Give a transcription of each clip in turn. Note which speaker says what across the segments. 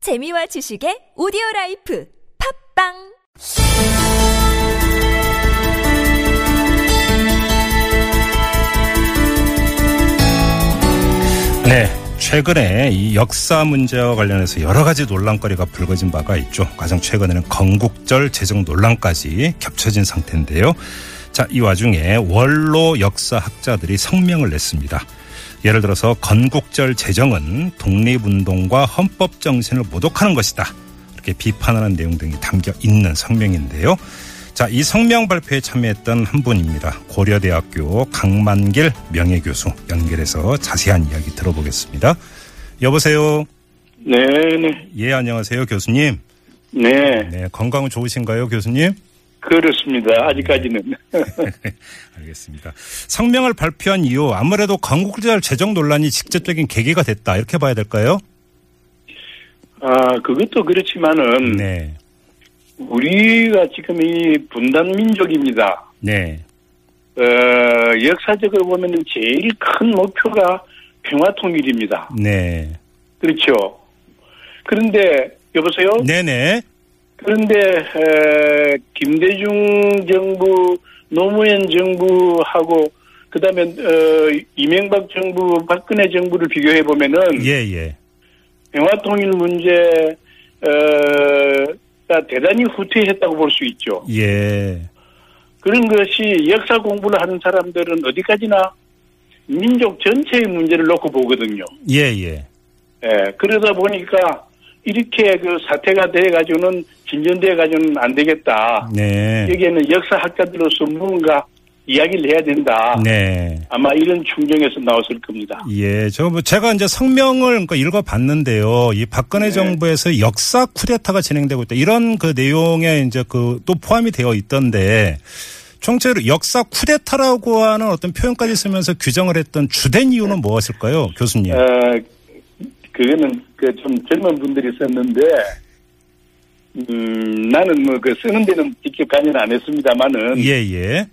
Speaker 1: 재미와 지식의 오디오 라이프 팝빵
Speaker 2: 네. 최근에 이 역사 문제와 관련해서 여러 가지 논란거리가 불거진 바가 있죠. 가장 최근에는 건국절 제정 논란까지 겹쳐진 상태인데요. 자, 이 와중에 원로 역사학자들이 성명을 냈습니다. 예를 들어서 건국절 제정은 독립운동과 헌법 정신을 모독하는 것이다. 이렇게 비판하는 내용 등이 담겨 있는 성명인데요. 자, 이 성명 발표에 참여했던 한 분입니다. 고려대학교 강만길 명예교수 연결해서 자세한 이야기 들어보겠습니다. 여보세요.
Speaker 3: 네, 네,
Speaker 2: 예, 안녕하세요, 교수님.
Speaker 3: 네,
Speaker 2: 네, 건강은 좋으신가요, 교수님?
Speaker 3: 그렇습니다. 아직까지는.
Speaker 2: 알겠습니다. 성명을 발표한 이후 아무래도 건국절 제정 논란이 직접적인 계기가 됐다. 이렇게 봐야 될까요?
Speaker 3: 아, 그것도 그렇지만은,
Speaker 2: 네.
Speaker 3: 우리가 지금 이 분단민족입니다.
Speaker 2: 네.
Speaker 3: 어, 역사적으로 보면은 제일 큰 목표가 평화통일입니다.
Speaker 2: 네.
Speaker 3: 그렇죠. 그런데, 여보세요?
Speaker 2: 네네.
Speaker 3: 그런데, 에, 김대중 정부, 노무현 정부하고, 그 다음에, 어, 이명박 정부, 박근혜 정부를 비교해 보면은,
Speaker 2: 예, 예.
Speaker 3: 평화통일 문제가 대단히 후퇴했다고 볼 수 있죠.
Speaker 2: 예.
Speaker 3: 그런 것이 역사 공부를 하는 사람들은 어디까지나 민족 전체의 문제를 놓고 보거든요.
Speaker 2: 예, 예.
Speaker 3: 예, 그러다 보니까 이렇게 그 사태가 돼가지고는 진전돼가지고는 안 되겠다.
Speaker 2: 네.
Speaker 3: 여기에는 역사학자들로서 무언가 이야기를 해야 된다.
Speaker 2: 네.
Speaker 3: 아마 이런 충정에서 나왔을 겁니다.
Speaker 2: 예, 저, 뭐 제가 이제 성명을 그러니까 읽어봤는데요. 이 박근혜
Speaker 3: 네.
Speaker 2: 정부에서 역사 쿠데타가 진행되고 있다. 이런 그 내용에 이제 그 또 포함이 되어 있던데, 총체로 역사 쿠데타라고 하는 어떤 표현까지 쓰면서 규정을 했던 주된 이유는 무엇일까요, 교수님?
Speaker 3: 어, 그거는 그 좀 젊은 분들이 썼는데, 음, 나는 뭐 그 쓰는 데는 직접 관여는 안 했습니다만은,
Speaker 2: 예, 예.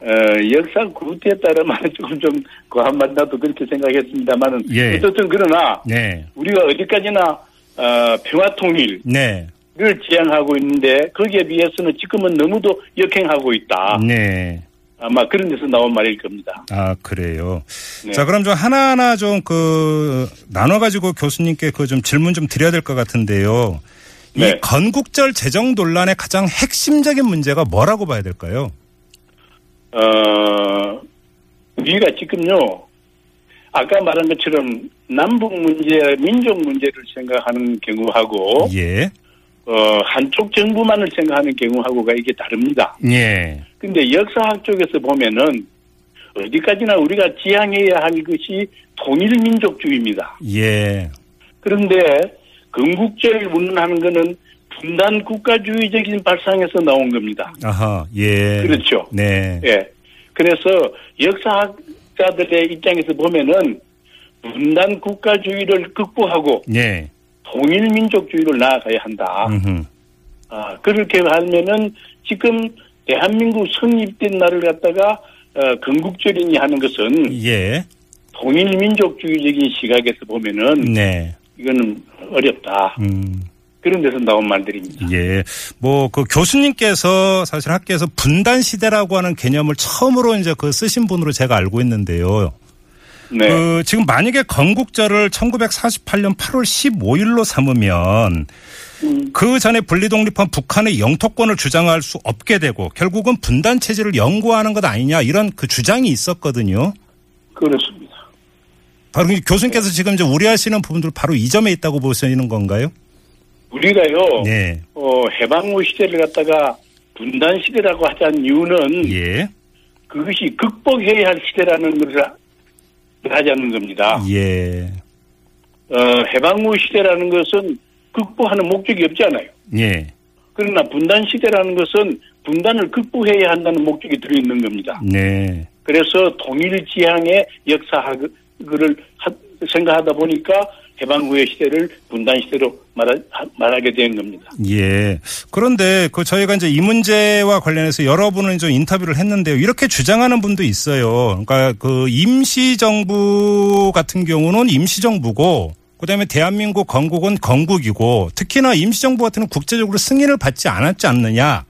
Speaker 3: 어, 역사 구태에 따른 말은 조금 좀 과한 맛 나도 그렇게 생각했습니다만은,
Speaker 2: 예.
Speaker 3: 어쨌든 그러나,
Speaker 2: 네.
Speaker 3: 우리가 어디까지나 어, 평화 통일을
Speaker 2: 네.
Speaker 3: 지향하고 있는데, 거기에 비해서는 지금은 너무도 역행하고 있다.
Speaker 2: 네.
Speaker 3: 아마 그런 데서 나온 말일 겁니다.
Speaker 2: 아, 그래요.
Speaker 3: 네.
Speaker 2: 자, 그럼 좀 하나하나 좀 그 나눠가지고 교수님께 그 좀 질문 좀 드려야 될 것 같은데요. 이
Speaker 3: 네.
Speaker 2: 건국절 재정 논란의 가장 핵심적인 문제가 뭐라고 봐야 될까요?
Speaker 3: 어, 우리가 지금요, 아까 말한 것처럼 남북 문제, 민족 문제를 생각하는 경우하고,
Speaker 2: 예.
Speaker 3: 어, 한쪽 정부만을 생각하는 경우하고가 이게 다릅니다.
Speaker 2: 예.
Speaker 3: 근데 역사학 쪽에서 보면은 어디까지나 우리가 지향해야 할 것이 통일민족주의입니다.
Speaker 2: 예.
Speaker 3: 그런데 건국제를 운운하는 거는 분단 국가주의적인 발상에서 나온 겁니다.
Speaker 2: 아하. 예.
Speaker 3: 그렇죠.
Speaker 2: 네.
Speaker 3: 예. 그래서 역사학자들의 입장에서 보면은 분단 국가주의를 극복하고
Speaker 2: 예.
Speaker 3: 통일민족주의를 나아가야 한다.
Speaker 2: 음흠.
Speaker 3: 아, 그렇게 하면은 지금 대한민국 성립된 날을 갖다가 어, 건국절이니 하는 것은
Speaker 2: 예.
Speaker 3: 통일민족주의적인 시각에서 보면은
Speaker 2: 네.
Speaker 3: 이거는 어렵다.
Speaker 2: 음.
Speaker 3: 그런 데서 나온 말들입니다.
Speaker 2: 예. 뭐 그 교수님께서 사실 학계에서 분단 시대라고 하는 개념을 처음으로 이제 그 쓰신 분으로 제가 알고 있는데요.
Speaker 3: 네.
Speaker 2: 그 지금 만약에 건국절을 1948년 8월 15일로 삼으면
Speaker 3: 음.
Speaker 2: 그 전에 분리독립한 북한의 영토권을 주장할 수 없게 되고 결국은 분단 체제를 연구하는 것 아니냐 이런 그 주장이 있었거든요.
Speaker 3: 그렇습니다.
Speaker 2: 바로 이 교수님께서 지금 이제 우려하시는 부분들 바로 이 점에 있다고 보시는 건가요?
Speaker 3: 우리가요,
Speaker 2: 네.
Speaker 3: 어, 해방 후 시대를 갖다가 분단 시대라고 하자는 이유는
Speaker 2: 예.
Speaker 3: 그것이 극복해야 할 시대라는 것을 하자는 겁니다.
Speaker 2: 예.
Speaker 3: 어, 해방 후 시대라는 것은 극복하는 목적이 없지 않아요.
Speaker 2: 예.
Speaker 3: 그러나 분단 시대라는 것은 분단을 극복해야 한다는 목적이 들어있는 겁니다.
Speaker 2: 네.
Speaker 3: 그래서 동일 지향의 역사학을 하- 생각하다 보니까 해방 후의 시대를 분단 시대로 말하, 말하게 된 겁니다.
Speaker 2: 예. 그런데 그 저희가 이제 이 문제와 관련해서 여러분을 좀 인터뷰를 했는데요. 이렇게 주장하는 분도 있어요. 그러니까 그 임시정부 같은 경우는 임시정부고 그다음에 대한민국 건국은 건국이고 특히나 임시정부 같은 경우 국제적으로 승인을 받지 않았지 않느냐.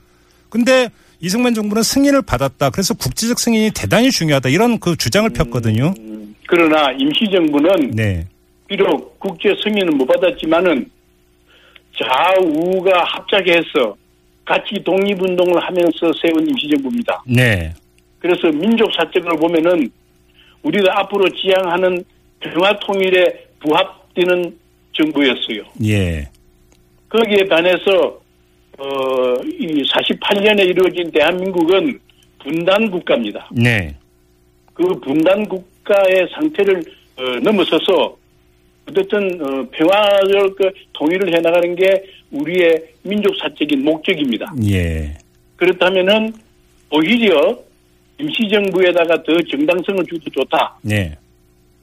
Speaker 2: 근데 이승만 정부는 승인을 받았다. 그래서 국제적 승인이 대단히 중요하다. 이런 그 주장을 폈거든요.
Speaker 3: 그러나 임시정부는
Speaker 2: 네.
Speaker 3: 비록 국제 승인은 못 받았지만은 좌우가 합작해서 같이 독립운동을 하면서 세운 임시정부입니다.
Speaker 2: 네.
Speaker 3: 그래서 민족 사적으로 보면은 우리가 앞으로 지향하는 평화 통일에 부합되는 정부였어요.
Speaker 2: 예.
Speaker 3: 거기에 반해서 어, 이 48년에 이루어진 대한민국은 분단 국가입니다.
Speaker 2: 네.
Speaker 3: 그 분단 국가의 상태를 어, 넘어서서 어쨌든 어, 평화를 그 통일을 해나가는 게 우리의 민족 사적인 목적입니다.
Speaker 2: 예.
Speaker 3: 그렇다면은 오히려 임시정부에다가 더 정당성을 주도 좋다.
Speaker 2: 네.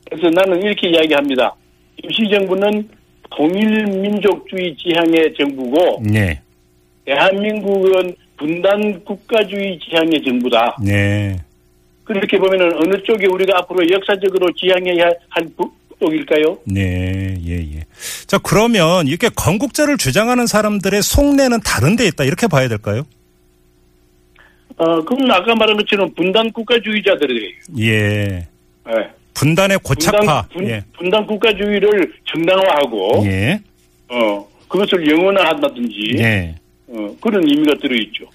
Speaker 3: 그래서 나는 이렇게 이야기합니다. 임시정부는 통일민족주의 지향의 정부고
Speaker 2: 네.
Speaker 3: 대한민국은 분단 국가주의 지향의 정부다.
Speaker 2: 네.
Speaker 3: 그렇게 보면은 어느 쪽에 우리가 앞으로 역사적으로 지향해야 할 부- 쪽일까요?
Speaker 2: 네. 예, 예. 자, 그러면 이렇게 건국자를 주장하는 사람들의 속내는 다른 데 있다. 이렇게 봐야 될까요?
Speaker 3: 어, 그건 아까 말한 것처럼 분단 국가주의자들이에요.
Speaker 2: 예.
Speaker 3: 예.
Speaker 2: 분단의 고착화.
Speaker 3: 분단, 분,
Speaker 2: 예.
Speaker 3: 분단 국가주의를 정당화하고
Speaker 2: 예.
Speaker 3: 어, 그것을 영원화한다든지
Speaker 2: 예.
Speaker 3: 어, 그런 의미가 들어있죠.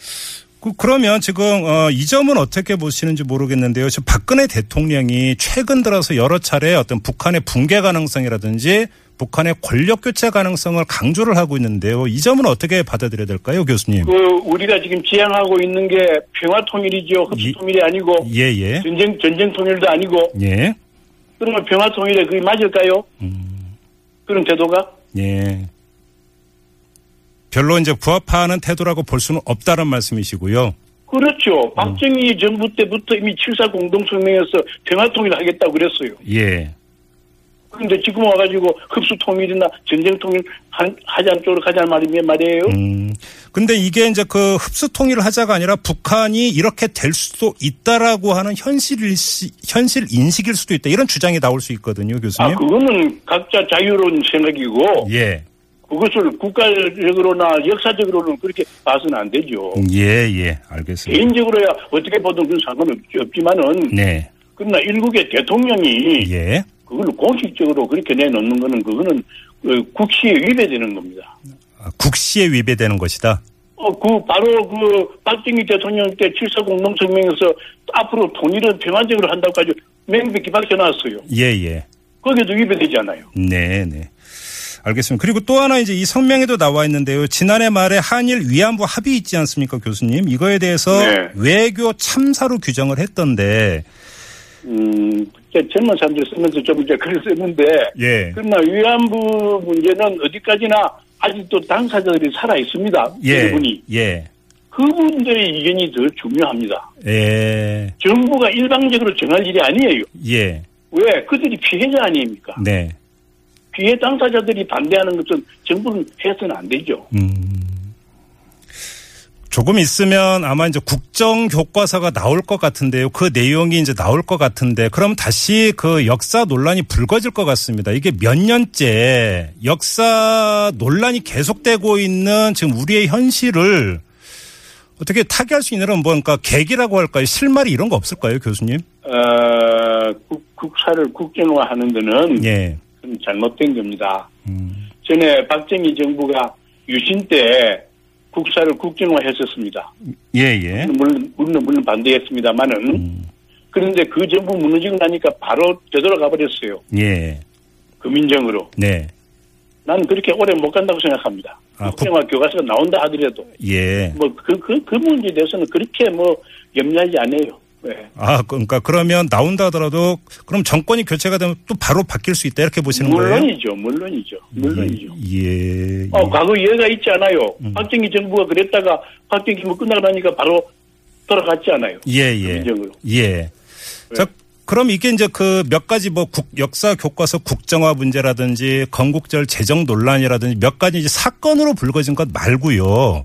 Speaker 2: 그, 그러면 지금 어, 이 점은 어떻게 보시는지 모르겠는데요. 지금 박근혜 대통령이 최근 들어서 여러 차례 어떤 북한의 붕괴 가능성이라든지 북한의 권력 교체 가능성을 강조를 하고 있는데요. 이 점은 어떻게 받아들여야 될까요, 교수님?
Speaker 3: 그 우리가 지금 지향하고 있는 게 평화
Speaker 2: 예.
Speaker 3: 통일이죠. 흡수 통일이 아니고
Speaker 2: 예, 예,
Speaker 3: 전쟁 전쟁 통일도 아니고
Speaker 2: 예,
Speaker 3: 그러면 평화 통일에 그게 맞을까요?
Speaker 2: 음.
Speaker 3: 그런 제도가
Speaker 2: 예. 별로 이제 부합하는 태도라고 볼 수는 없다는 말씀이시고요. 음.
Speaker 3: 그렇죠. 박정희 정부 때부터 이미 7사 공동성명에서 평화 통일하겠다고 그랬어요.
Speaker 2: 예,
Speaker 3: 그런데 지금 와가지고 흡수 통일이나 전쟁 통일 한- 하자는 쪽으로 가자는 말이면 말이에요.
Speaker 2: 음. 근데 이게 이제 그 흡수 통일을 하자가 아니라 북한이 이렇게 될 수도 있다라고 하는 현실 현실 인식일 수도 있다 이런 주장이 나올 수 있거든요,
Speaker 3: 아
Speaker 2: 교수님.
Speaker 3: 그거는 각자 자유로운 생각이고
Speaker 2: 예.
Speaker 3: 그것을 국가적으로나 역사적으로는 그렇게 봐서는 안 되죠.
Speaker 2: 예, 예. 알겠습니다.
Speaker 3: 개인적으로야 어떻게 보든 그건 상관없지만은
Speaker 2: 네.
Speaker 3: 그러나 일국의 대통령이
Speaker 2: 예.
Speaker 3: 그걸 공식적으로 그렇게 내놓는 거는 그거는 어, 국시에 위배되는 겁니다.
Speaker 2: 아, 국시에 위배되는 것이다.
Speaker 3: 어, 그 바로 그 박정희 대통령 때 7사 공동성명에서 앞으로 통일은 평화적으로 한다고 아주 맹백히 밝혀놨어요.
Speaker 2: 예, 예.
Speaker 3: 거기도 위배되지 않아요.
Speaker 2: 네, 네. 알겠습니다. 그리고 또 하나 이제 이 성명에도 나와 있는데요. 지난해 말에 한일 위안부 합의 있지 않습니까, 교수님? 이거에 대해서
Speaker 3: 네.
Speaker 2: 외교 참사로 규정을 했던데.
Speaker 3: 음, 이제 젊은 사람들 쓰면서 좀 이제 글을 쓰는데
Speaker 2: 예.
Speaker 3: 그러나 위안부 문제는 어디까지나 아직도 당사자들이 살아 있습니다.
Speaker 2: 예.
Speaker 3: 그분이
Speaker 2: 예.
Speaker 3: 그분들의 의견이 더 중요합니다.
Speaker 2: 예.
Speaker 3: 정부가 일방적으로 정할 일이 아니에요.
Speaker 2: 예.
Speaker 3: 왜? 그들이 피해자 아닙니까?
Speaker 2: 네.
Speaker 3: 피해 당사자들이 반대하는 것은 정부는 해서는 안 되죠.
Speaker 2: 조금 있으면 아마 이제 국정 교과서가 나올 것 같은데요. 그 내용이 이제 나올 것 같은데 그럼 다시 그 역사 논란이 불거질 것 같습니다. 이게 몇 년째 역사 논란이 계속되고 있는 지금 우리의 현실을 어떻게 타개할 수 있는 이런 뭔가 계기라고 할까요? 실마리 이런 거 없을까요, 교수님?
Speaker 3: 어, 국, 국사를 국정화하는 데는
Speaker 2: 예. 음.
Speaker 3: 좀 잘못된 겁니다. 전에 박정희 정부가 유신 때 국사를 국정화했었습니다.
Speaker 2: 예, 예. 음.
Speaker 3: 물론 물론, 물론 반대했습니다만은 그런데 그 정부 무너지고 나니까 바로 되돌아가 버렸어요.
Speaker 2: 예.
Speaker 3: 금인정으로.
Speaker 2: 네.
Speaker 3: 나는 그렇게 오래 못 간다고 생각합니다.
Speaker 2: 아,
Speaker 3: 국정화 교과서가 나온다 하더라도
Speaker 2: 예.
Speaker 3: 뭐 그 그 그 문제에 대해서는 그렇게 뭐 염려하지 않아요. 예.
Speaker 2: 아, 그러니까 그러면 나온다 하더라도 그럼 정권이 교체가 되면 또 바로 바뀔 수 있다 이렇게 보시는 거예요?
Speaker 3: 물론이죠, 물론이죠, 물론이죠.
Speaker 2: 예. 예.
Speaker 3: 어, 과거 예가 있지 않아요. 박정희 정부가 그랬다가 박정희 정부 끝나고 나니까 바로 돌아갔지 않아요.
Speaker 2: 예, 예.
Speaker 3: 민정으로. 네.
Speaker 2: 예. 자, 그럼 이게 이제 그 몇 가지 뭐 국, 역사 교과서 국정화 문제라든지 건국절 재정 논란이라든지 몇 가지 이제 사건으로 불거진 것 말고요.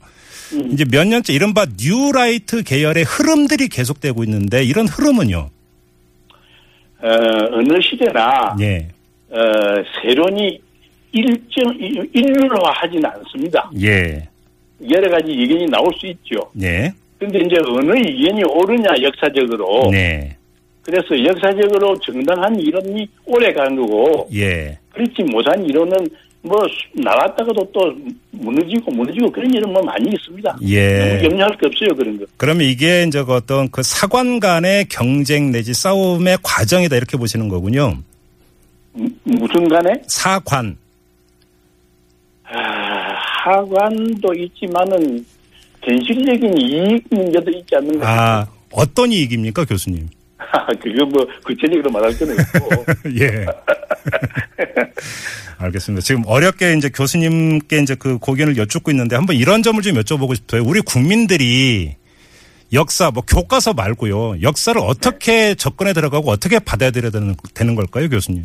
Speaker 3: 음.
Speaker 2: 이제 몇 년째 이른바 뉴라이트 계열의 흐름들이 계속되고 있는데 이런 흐름은요.
Speaker 3: 어, 어느 시대나
Speaker 2: 예.
Speaker 3: 어, 세론이 일정 일률화하지는 않습니다.
Speaker 2: 예.
Speaker 3: 여러 가지 의견이 나올 수 있죠.
Speaker 2: 네.
Speaker 3: 근데 이제 어느 의견이 옳으냐 역사적으로
Speaker 2: 네.
Speaker 3: 그래서 역사적으로 정당한 이론이 오래 간 거고
Speaker 2: 예.
Speaker 3: 그렇지 못한 이론은 뭐 수- 나왔다가도 또 무너지고 무너지고 그런 일은 뭐 많이 있습니다.
Speaker 2: 예.
Speaker 3: 너무 염려할 게 없어요 그런 거.
Speaker 2: 그러면 이게 이제 그 어떤 그 사관 간의 경쟁 내지 싸움의 과정이다 이렇게 보시는 거군요.
Speaker 3: 무- 음, 무슨 간에
Speaker 2: 사관.
Speaker 3: 아, 하관도 있지만은 현실적인 이익 문제도 있지 않는가.
Speaker 2: 아, 어떤 이익입니까, 교수님?
Speaker 3: 그거 뭐 구체적으로 말할 건 없고.
Speaker 2: 예. 알겠습니다. 지금 어렵게 이제 교수님께 이제 그 고견을 여쭙고 있는데 한번 이런 점을 좀 여쭤보고 싶어요. 우리 국민들이 역사, 뭐 교과서 말고요. 역사를 어떻게 접근에 들어가고 어떻게 받아들여야 되는, 되는 걸까요, 교수님?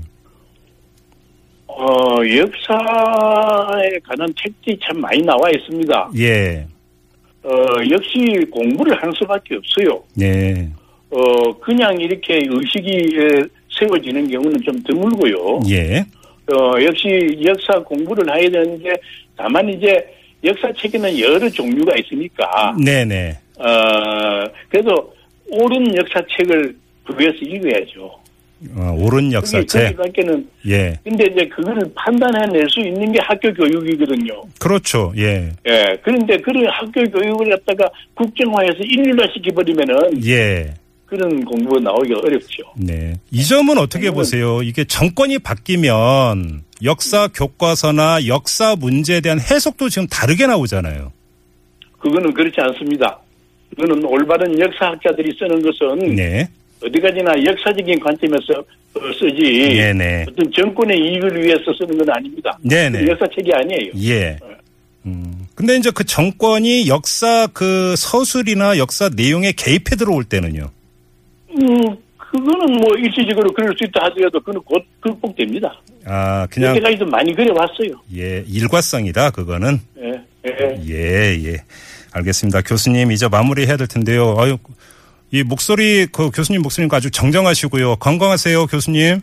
Speaker 3: 어, 역사에 관한 책들이 참 많이 나와 있습니다.
Speaker 2: 예.
Speaker 3: 어, 역시 공부를 할 수밖에 없어요.
Speaker 2: 예.
Speaker 3: 어, 그냥 이렇게 의식이 에, 세워지는 경우는 좀 드물고요.
Speaker 2: 예.
Speaker 3: 어, 역시 역사 공부를 해야 되는데 다만 이제 역사책에는 여러 종류가 있으니까
Speaker 2: 네네.
Speaker 3: 어, 그래도 옳은 역사책을 구해서 읽어야죠.
Speaker 2: 어, 옳은
Speaker 3: 그게
Speaker 2: 역사책.
Speaker 3: 그밖에는
Speaker 2: 예.
Speaker 3: 근데 이제 그거를 판단해낼 수 있는 게 학교 교육이거든요.
Speaker 2: 그렇죠. 예.
Speaker 3: 예. 그런데 그런 학교 교육을 갖다가 국정화해서 일률화 시켜버리면은
Speaker 2: 예.
Speaker 3: 그런 공부가 나오기가 어렵죠.
Speaker 2: 네. 이 점은 어떻게
Speaker 3: 저는-
Speaker 2: 보세요? 이게 정권이 바뀌면 역사 교과서나 역사 문제에 대한 해석도 지금 다르게 나오잖아요.
Speaker 3: 그거는 그렇지 않습니다. 그거는 올바른 역사학자들이 쓰는 것은
Speaker 2: 네.
Speaker 3: 어디까지나 역사적인 관점에서 어, 쓰지
Speaker 2: 네네.
Speaker 3: 어떤 정권의 이익을 위해서 쓰는 건 아닙니다. 그
Speaker 2: 네네.
Speaker 3: 역사책이 아니에요.
Speaker 2: 예. 음. 근데 이제 그 정권이 역사 그 서술이나 역사 내용에 개입해 들어올 때는요.
Speaker 3: 음, 그거는 뭐 일시적으로 그럴 수 있다 하더라도 그는 곧 극복됩니다.
Speaker 2: 아, 그냥
Speaker 3: 그때까지도 많이 그래왔어요.
Speaker 2: 예, 일과성이다 그거는.
Speaker 3: 예, 예.
Speaker 2: 예, 예. 알겠습니다. 교수님 이제 마무리해야 될 텐데요. 아유, 이 목소리 그 교수님 목소리가 아주 정정하시고요. 건강하세요, 교수님.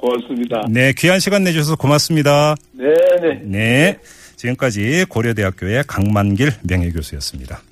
Speaker 3: 고맙습니다.
Speaker 2: 네, 귀한 시간 내주셔서 고맙습니다.
Speaker 3: 네네.
Speaker 2: 네. 지금까지 고려대학교의 강만길 명예교수였습니다.